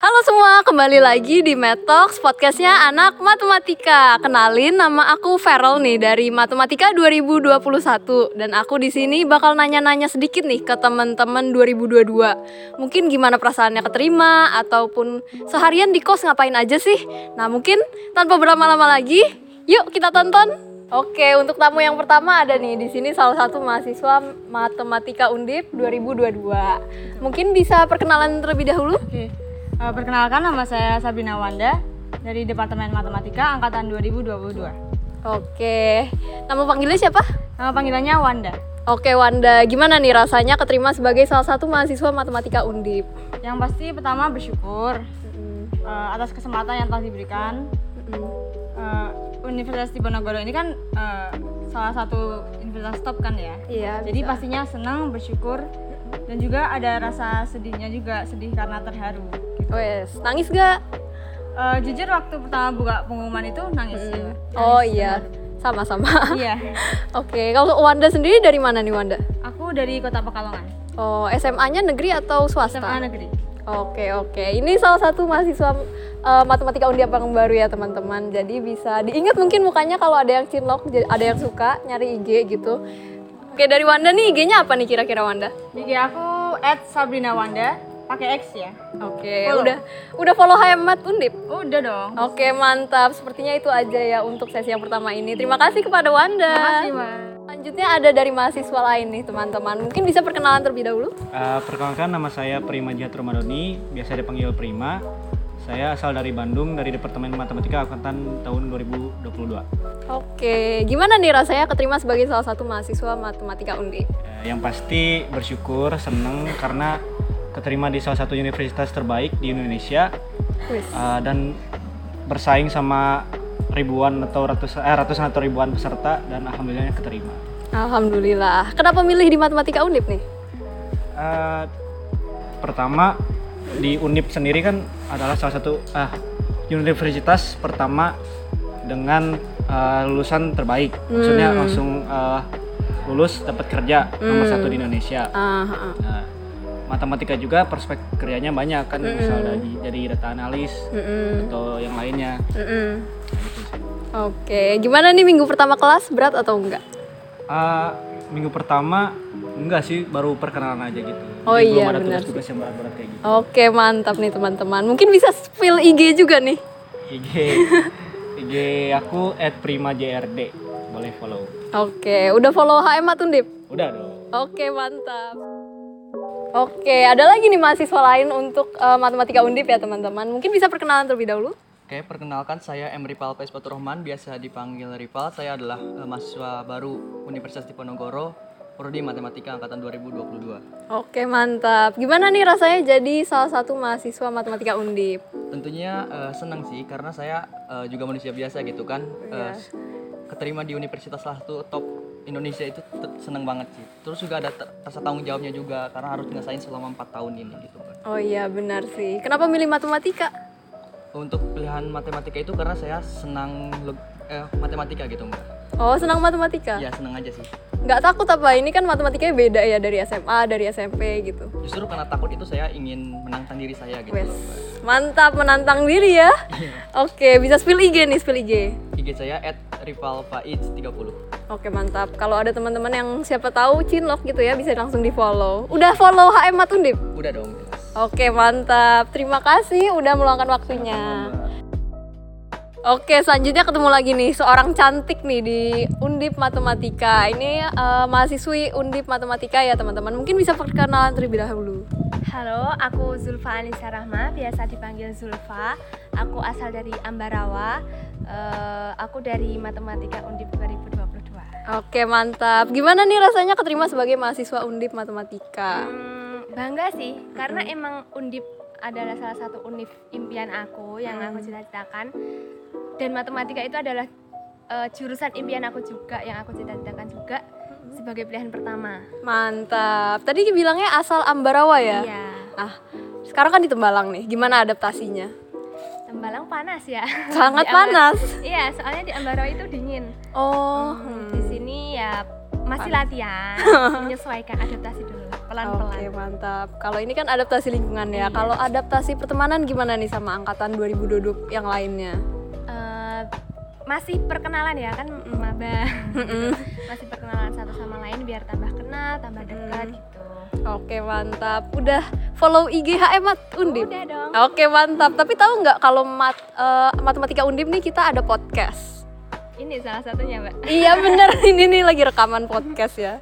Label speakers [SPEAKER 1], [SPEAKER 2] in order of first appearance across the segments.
[SPEAKER 1] Halo semua, kembali lagi di Metox podcastnya anak matematika. Kenalin nama aku Feral nih dari Matematika 2021 dan aku di sini bakal nanya-nanya sedikit nih ke teman-teman 2022. Mungkin gimana perasaannya keterima ataupun seharian di kos ngapain aja sih? Nah, mungkin tanpa berlama-lama lagi, yuk kita tonton. Oke, untuk tamu yang pertama ada nih di sini salah satu mahasiswa Matematika Undip 2022. Mungkin bisa perkenalan terlebih dahulu?
[SPEAKER 2] Oke, eh, perkenalkan nama saya Sabina Wanda dari Departemen Matematika Angkatan 2022.
[SPEAKER 1] Oke, nama panggilnya siapa?
[SPEAKER 2] Nama panggilannya Wanda.
[SPEAKER 1] Oke Wanda, gimana nih rasanya keterima sebagai salah satu mahasiswa matematika undip?
[SPEAKER 2] Yang pasti pertama bersyukur eh, atas kesempatan yang telah diberikan. Eh, Universitas Diponegoro ini kan eh, salah satu universitas top kan ya.
[SPEAKER 1] Iya,
[SPEAKER 2] Jadi pastinya senang, bersyukur dan juga ada rasa sedihnya juga, sedih karena terharu. gitu.
[SPEAKER 1] Wes, nangis gak?
[SPEAKER 2] Eh, jujur waktu pertama buka pengumuman itu nangis ya.
[SPEAKER 1] Oh iya, sama-sama.
[SPEAKER 2] Iya.
[SPEAKER 1] Oke, kalau Wanda sendiri dari mana nih Wanda?
[SPEAKER 2] Aku dari Kota Pekalongan,
[SPEAKER 1] Oh, SMA-nya negeri atau swasta?
[SPEAKER 2] SMA Negeri.
[SPEAKER 1] Oke oke, ini salah satu mahasiswa eh, matematika Undip yang baru ya teman-teman. Jadi bisa diingat mungkin mukanya kalau ada yang cinlok, jadi- ada yang suka nyari IG gitu. Oke dari Wanda nih IG-nya apa nih kira-kira Wanda?
[SPEAKER 2] IG aku at Sabrina Wanda pakai X ya.
[SPEAKER 1] Oke
[SPEAKER 2] Follow.
[SPEAKER 1] udah udah follow Hemat Undip.
[SPEAKER 2] Udah dong.
[SPEAKER 1] Oke mantap, sepertinya itu aja ya untuk sesi yang pertama ini. Terima kasih kepada Wanda.
[SPEAKER 2] Makasih, Mas.
[SPEAKER 1] Selanjutnya ada dari mahasiswa lain nih teman-teman. Mungkin bisa perkenalan terlebih dahulu.
[SPEAKER 3] Eh, perkenalkan nama saya Prima Jat Romadoni, biasa dipanggil Prima. Saya asal dari Bandung dari Departemen Matematika Angkatan tahun 2022.
[SPEAKER 1] Oke, gimana nih rasanya keterima sebagai salah satu mahasiswa matematika Undip?
[SPEAKER 3] Eh, yang pasti bersyukur, seneng karena keterima di salah satu universitas terbaik di Indonesia
[SPEAKER 1] Wis.
[SPEAKER 3] eh, dan bersaing sama ribuan atau ratusan eh, ratusan atau ribuan peserta dan alhamdulillahnya keterima.
[SPEAKER 1] Alhamdulillah. Kenapa milih di matematika Undip nih?
[SPEAKER 3] Eh, pertama di Unip sendiri kan adalah salah satu ah universitas pertama dengan eh, lulusan terbaik. Maksudnya
[SPEAKER 1] Hmm.
[SPEAKER 3] langsung eh, lulus dapat kerja nomor satu di Indonesia.
[SPEAKER 1] Ah, ah, ah.
[SPEAKER 3] Nah, matematika juga perspek kerjanya banyak kan
[SPEAKER 1] Hmm.
[SPEAKER 3] misal dari jadi data analis
[SPEAKER 1] Mm-mm,
[SPEAKER 3] atau yang lainnya.
[SPEAKER 1] mm-mm. Oke, gimana nih minggu pertama kelas berat atau enggak?
[SPEAKER 3] Ah, minggu pertama enggak sih baru perkenalan aja gitu.
[SPEAKER 1] Oh
[SPEAKER 3] Jadi
[SPEAKER 1] iya,
[SPEAKER 3] belum ada
[SPEAKER 1] benar
[SPEAKER 3] tugas-tugas yang berat-berat kayak gitu.
[SPEAKER 1] Oke, mantap nih teman-teman. Mungkin bisa spill IG juga nih.
[SPEAKER 3] IG IG aku @primajrd. Boleh follow.
[SPEAKER 1] Oke, udah follow HM Atundip?
[SPEAKER 3] Udah dong.
[SPEAKER 1] Oke, mantap. Oke, ada lagi nih mahasiswa lain untuk eh, matematika Undip ya, teman-teman. Mungkin bisa perkenalan terlebih dahulu.
[SPEAKER 4] Oke, perkenalkan saya M. Ripal P. Rohman, biasa dipanggil Ripal. Saya adalah eh, mahasiswa baru Universitas Diponegoro, Prodi Matematika Angkatan 2022.
[SPEAKER 1] Oke, mantap. Gimana nih rasanya jadi salah satu mahasiswa matematika Undip?
[SPEAKER 4] Tentunya eh, senang sih, karena saya eh, juga manusia biasa gitu kan. Eh, s- keterima di universitas salah satu top Indonesia itu te- seneng banget sih. Terus juga ada te- rasa tanggung jawabnya juga, karena harus ngesain selama 4 tahun ini gitu kan.
[SPEAKER 1] Oh iya, benar sih. Kenapa milih matematika?
[SPEAKER 4] Untuk pilihan matematika itu karena saya senang log- eh, matematika gitu mbak.
[SPEAKER 1] Oh, senang matematika?
[SPEAKER 4] Ya
[SPEAKER 3] Iya.
[SPEAKER 4] seneng aja sih.
[SPEAKER 1] Nggak takut apa? Ini kan matematikanya beda ya dari SMA, dari SMP gitu.
[SPEAKER 4] Justru karena takut itu saya ingin menantang diri saya gitu
[SPEAKER 1] Wes,
[SPEAKER 4] loh mbak.
[SPEAKER 1] mantap menantang diri ya. Oke, bisa spill IG nih, spill IG.
[SPEAKER 4] IG saya @rivalfaiz30.
[SPEAKER 1] Oke mantap. Kalau ada teman-teman yang siapa tahu cinlok gitu ya bisa langsung di follow. Udah follow HM Matundip.
[SPEAKER 4] Udah dong, jelas.
[SPEAKER 1] Oke mantap. Terima kasih udah meluangkan waktunya. Oke selanjutnya ketemu lagi nih seorang cantik nih di Undip Matematika. Ini eh, mahasiswi Undip Matematika ya teman-teman. Mungkin bisa perkenalan terlebih dahulu.
[SPEAKER 5] Halo, aku Zulfa Anissa Rahma, biasa dipanggil Zulfa. Aku asal dari Ambarawa. Eh, aku dari Matematika Undip 2022.
[SPEAKER 1] Oke mantap. Gimana nih rasanya keterima sebagai mahasiswa Undip Matematika?
[SPEAKER 5] Hmm, bangga sih, karena emang Undip adalah salah satu univ impian aku yang aku cita-citakan. Dan matematika itu adalah eh, jurusan impian aku juga yang aku cita-citakan juga sebagai pilihan pertama.
[SPEAKER 1] Mantap. Tadi bilangnya asal Ambarawa ya?
[SPEAKER 5] Iya.
[SPEAKER 1] Ah, sekarang kan di Tembalang nih. Gimana adaptasinya?
[SPEAKER 5] Tembalang panas ya.
[SPEAKER 1] Sangat
[SPEAKER 5] Di Ambarawa-
[SPEAKER 1] panas.
[SPEAKER 6] Hmm.
[SPEAKER 5] Iya, soalnya di Ambarawa itu dingin.
[SPEAKER 1] Oh,
[SPEAKER 5] Di sini ya masih latihan menyesuaikan adaptasi dulu lah, pelan-pelan Iya.
[SPEAKER 1] Oke mantap. Kalau ini kan adaptasi lingkungan ya. Kalau adaptasi pertemanan gimana nih sama angkatan 2022 yang lainnya?
[SPEAKER 5] Eh, masih perkenalan ya kan maba masih perkenalan satu sama lain biar tambah kenal tambah dekat gitu
[SPEAKER 1] Oke mantap. Udah follow IG HM Mat Undip.
[SPEAKER 5] udah dong
[SPEAKER 1] Oke mantap. Tapi tahu nggak kalau mat, eh, matematika Undip nih kita ada podcast.
[SPEAKER 5] ini salah satunya mbak
[SPEAKER 1] iya bener ini nih lagi rekaman podcast ya.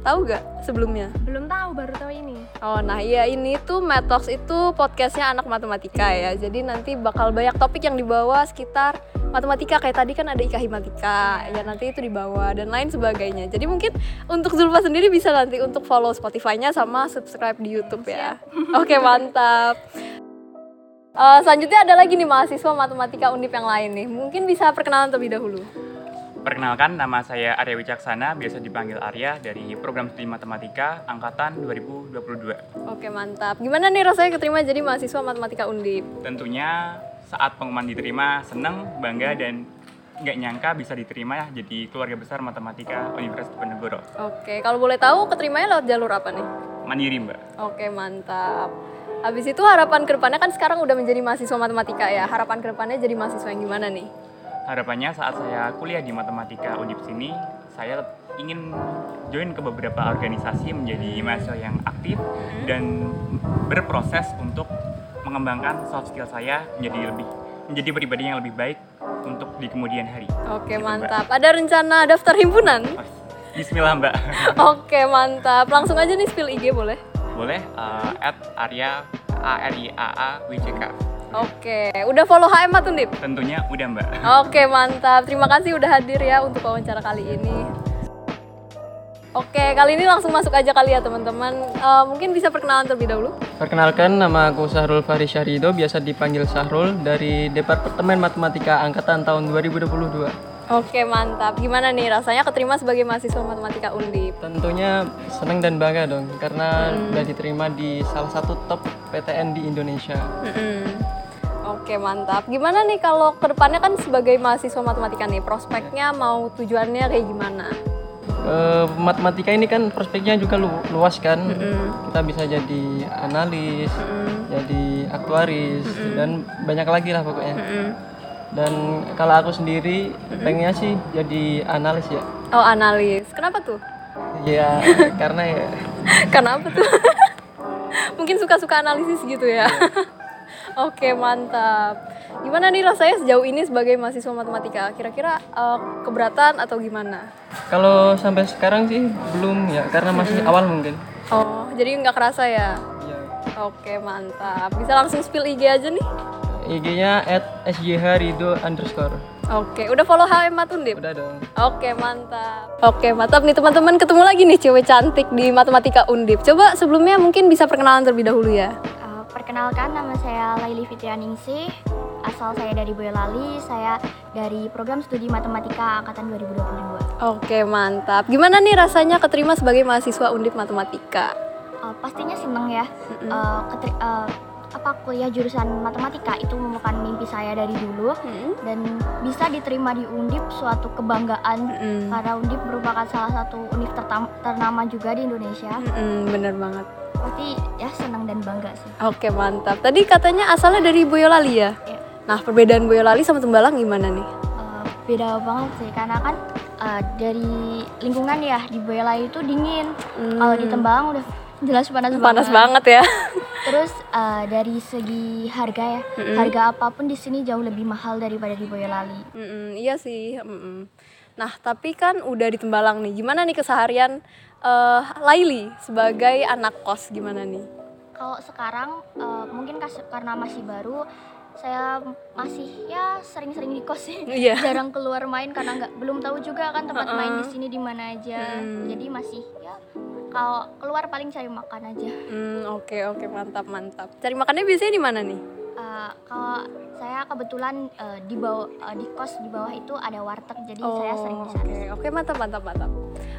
[SPEAKER 1] Tahu nggak sebelumnya?
[SPEAKER 5] belum tahu baru tahu ini
[SPEAKER 1] Oh nah iya ini tuh Metox itu podcastnya anak matematika ya Jadi nanti bakal banyak topik yang dibawa sekitar matematika Kayak tadi kan ada IKA Himatika Ya nanti itu dibawa dan lain sebagainya Jadi mungkin untuk Zulfa sendiri bisa nanti untuk follow Spotify-nya sama subscribe di Youtube ya Oke mantap Eh, Selanjutnya ada lagi nih mahasiswa matematika undip yang lain nih Mungkin bisa perkenalan terlebih dahulu
[SPEAKER 7] Perkenalkan, nama saya Arya Wicaksana, biasa dipanggil Arya dari program studi matematika angkatan 2022.
[SPEAKER 1] Oke mantap Gimana nih rasanya keterima jadi mahasiswa matematika undip?
[SPEAKER 7] Tentunya saat pengumuman diterima, seneng, bangga, dan nggak nyangka bisa diterima ya jadi keluarga besar matematika Universitas Penegoro.
[SPEAKER 1] Oke, kalau boleh tahu keterimanya lewat jalur apa nih?
[SPEAKER 7] Mandiri, Mbak.
[SPEAKER 1] Oke, mantap. Habis itu harapan kedepannya kan sekarang udah menjadi mahasiswa matematika ya. Harapan kedepannya jadi mahasiswa yang gimana nih?
[SPEAKER 7] Harapannya saat saya kuliah di matematika Undip sini, saya ingin join ke beberapa organisasi menjadi mahasiswa yang aktif dan berproses untuk mengembangkan soft skill saya menjadi lebih menjadi pribadi yang lebih baik untuk di kemudian hari.
[SPEAKER 1] Oke,
[SPEAKER 7] Gitu, Mbak.
[SPEAKER 1] mantap. Ada rencana daftar himpunan?
[SPEAKER 7] Bismillah Mbak.
[SPEAKER 1] Oke, mantap. Langsung aja nih spill IG boleh?
[SPEAKER 7] Boleh eh, at Arya A R I A A W C K.
[SPEAKER 1] Oke, udah follow HM Matundip?
[SPEAKER 7] Tentunya udah Mbak.
[SPEAKER 1] Oke, mantap. Terima kasih udah hadir ya untuk wawancara kali ini. Oke, kali ini langsung masuk aja kali ya teman-teman. Eh, mungkin bisa perkenalan terlebih dahulu.
[SPEAKER 4] Perkenalkan, nama aku Sahrul Fahri Syahrido, biasa dipanggil Sahrul dari Departemen Matematika Angkatan tahun 2022.
[SPEAKER 1] Oke, mantap. Gimana nih rasanya keterima sebagai mahasiswa matematika Undip?
[SPEAKER 4] Tentunya senang dan bangga dong, karena udah diterima di salah satu top PTN di Indonesia.
[SPEAKER 1] Mm-mm. Oke mantap. Gimana nih kalau kedepannya kan sebagai mahasiswa matematika nih prospeknya mau tujuannya kayak gimana?
[SPEAKER 4] Eh, matematika ini kan prospeknya juga lu- luas kan, kita bisa jadi analis, jadi aktuaris, dan banyak lagi lah pokoknya. Dan kalau aku sendiri pengennya sih jadi analis ya,
[SPEAKER 1] Oh analis. Kenapa tuh?
[SPEAKER 4] ya karena ya
[SPEAKER 1] Kenapa tuh? Mungkin suka-suka analisis gitu ya. Oke mantap. Gimana nih rasanya sejauh ini sebagai mahasiswa matematika? Kira-kira eh, keberatan atau gimana?
[SPEAKER 4] kalau sampai sekarang sih belum ya, karena masih awal mungkin.
[SPEAKER 1] Oh jadi nggak kerasa ya?
[SPEAKER 4] Ya.
[SPEAKER 1] Oke mantap. Bisa langsung spill IG aja nih.
[SPEAKER 4] IG-nya at sjhrido underscore.
[SPEAKER 1] Oke, udah follow HM Matundip?
[SPEAKER 4] Udah dong.
[SPEAKER 1] Oke mantap. Oke mantap nih teman-teman ketemu lagi nih cewek cantik di matematika undip. Coba sebelumnya mungkin bisa perkenalan terlebih dahulu ya.
[SPEAKER 6] Uh, perkenalkan nama saya Laili Fitrianingsih. Asal saya dari Boyolali, saya dari program studi matematika angkatan 2022.
[SPEAKER 1] Oke mantap. Gimana nih rasanya keterima sebagai mahasiswa undip matematika?
[SPEAKER 6] Uh, pastinya seneng ya. Uh, keteri- uh, apa kuliah jurusan matematika itu merupakan mimpi saya dari dulu dan bisa diterima di Undip suatu kebanggaan
[SPEAKER 1] Mm-mm.
[SPEAKER 6] karena Undip merupakan salah satu univ tertam- ternama juga di Indonesia.
[SPEAKER 1] Mm, bener banget.
[SPEAKER 6] Pasti ya seneng dan bangga sih.
[SPEAKER 1] Oke mantap. Tadi katanya asalnya dari Boyolali ya.
[SPEAKER 6] Iya.
[SPEAKER 1] Nah perbedaan Boyolali sama Tembalang gimana nih?
[SPEAKER 6] Uh, beda banget sih karena kan uh, dari lingkungan ya di Boyolali itu dingin kalau di Tembalang udah jelas panas
[SPEAKER 1] Mm. Panas banget ya.
[SPEAKER 6] terus uh, dari segi harga ya harga apapun di sini jauh lebih mahal daripada di Boyolali
[SPEAKER 1] Mm-mm, iya sih. mm-mm. Nah tapi kan udah di Tembalang nih. Gimana nih keseharian eh, Laili sebagai anak kos gimana nih?
[SPEAKER 6] kalau sekarang uh, mungkin kas- karena masih baru saya masih ya sering-sering di kos sih
[SPEAKER 1] Iya.
[SPEAKER 6] jarang keluar main karena nggak belum tahu juga kan tempat main di sini di mana aja
[SPEAKER 1] Mm.
[SPEAKER 6] jadi masih ya kalau keluar paling cari makan aja
[SPEAKER 1] Hmm, oke oke mantap mantap. Cari makannya biasanya di mana nih?
[SPEAKER 6] Uh, kalau saya kebetulan uh, di bawah uh, di kos di bawah itu ada warteg jadi saya sering di
[SPEAKER 1] Oh, oke
[SPEAKER 6] sana
[SPEAKER 1] oke mantap mantap mantap.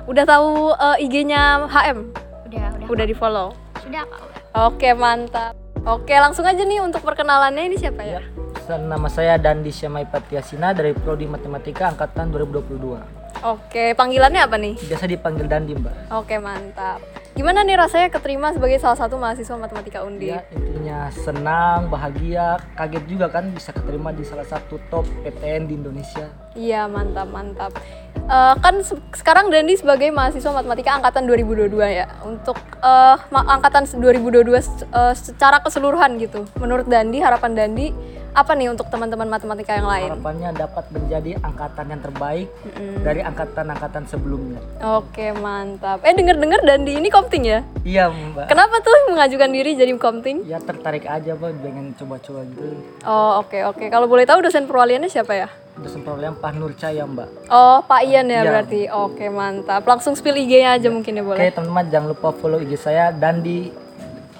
[SPEAKER 1] Udah tahu eh, IG-nya HM?
[SPEAKER 6] udah udah
[SPEAKER 1] Udah di follow?
[SPEAKER 6] sudah Kak, udah.
[SPEAKER 1] Oke mantap. Oke langsung aja nih untuk perkenalannya ini siapa ya?
[SPEAKER 8] Nama saya Dandi Syamai Patiasina dari Prodi Matematika Angkatan 2022.
[SPEAKER 1] Oke, panggilannya apa nih?
[SPEAKER 4] Biasa dipanggil Dandi, Mbak.
[SPEAKER 1] Oke, mantap. Gimana nih rasanya keterima sebagai salah satu mahasiswa matematika Undip?
[SPEAKER 4] Ya, intinya senang, bahagia, kaget juga kan bisa keterima di salah satu top PTN di Indonesia.
[SPEAKER 1] Iya, mantap, mantap. Eh, kan se- sekarang Dandi sebagai mahasiswa matematika angkatan 2022 ya. Untuk eh, ma- angkatan 2022 se- eh, secara keseluruhan gitu. Menurut Dandi, harapan Dandi apa nih untuk teman-teman matematika yang lain?
[SPEAKER 4] Harapannya dapat menjadi angkatan yang terbaik dari angkatan-angkatan sebelumnya.
[SPEAKER 1] Oke, mantap. Eh, denger-dengar Dandi ini komting ya?
[SPEAKER 4] Iya, Mbak.
[SPEAKER 1] Kenapa tuh mengajukan diri jadi komting?
[SPEAKER 4] Ya tertarik aja, Mbak, pengen coba-coba gitu.
[SPEAKER 1] Oh, oke, oke. Kalau boleh tahu dosen perwaliannya siapa ya?
[SPEAKER 4] Dosen problem Pak Nur Cahaya, Mbak.
[SPEAKER 1] Oh, Pak Ian ya
[SPEAKER 4] Iya.
[SPEAKER 1] berarti. Oke, mantap. Langsung spill IG-nya aja mungkin ya boleh.
[SPEAKER 4] Oke, teman-teman jangan lupa follow IG saya Dandi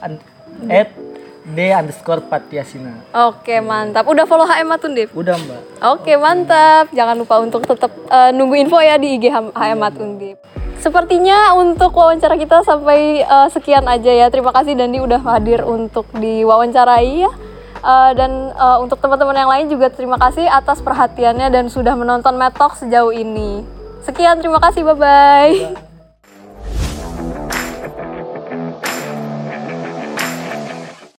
[SPEAKER 4] an- at D underscore Patiasina.
[SPEAKER 1] Oke, mantap. Udah follow HM Matun, Dip?
[SPEAKER 4] Udah, Mbak.
[SPEAKER 1] Oke, mantap. Jangan lupa untuk tetap eh, nunggu info ya di IG HM HM Matundip. Sepertinya untuk wawancara kita sampai eh, sekian aja ya. Terima kasih Dandi udah hadir untuk diwawancarai ya. Eh, dan eh, untuk teman-teman yang lain juga terima kasih atas perhatiannya dan sudah menonton Metok sejauh ini. Sekian, terima kasih. Bye-bye.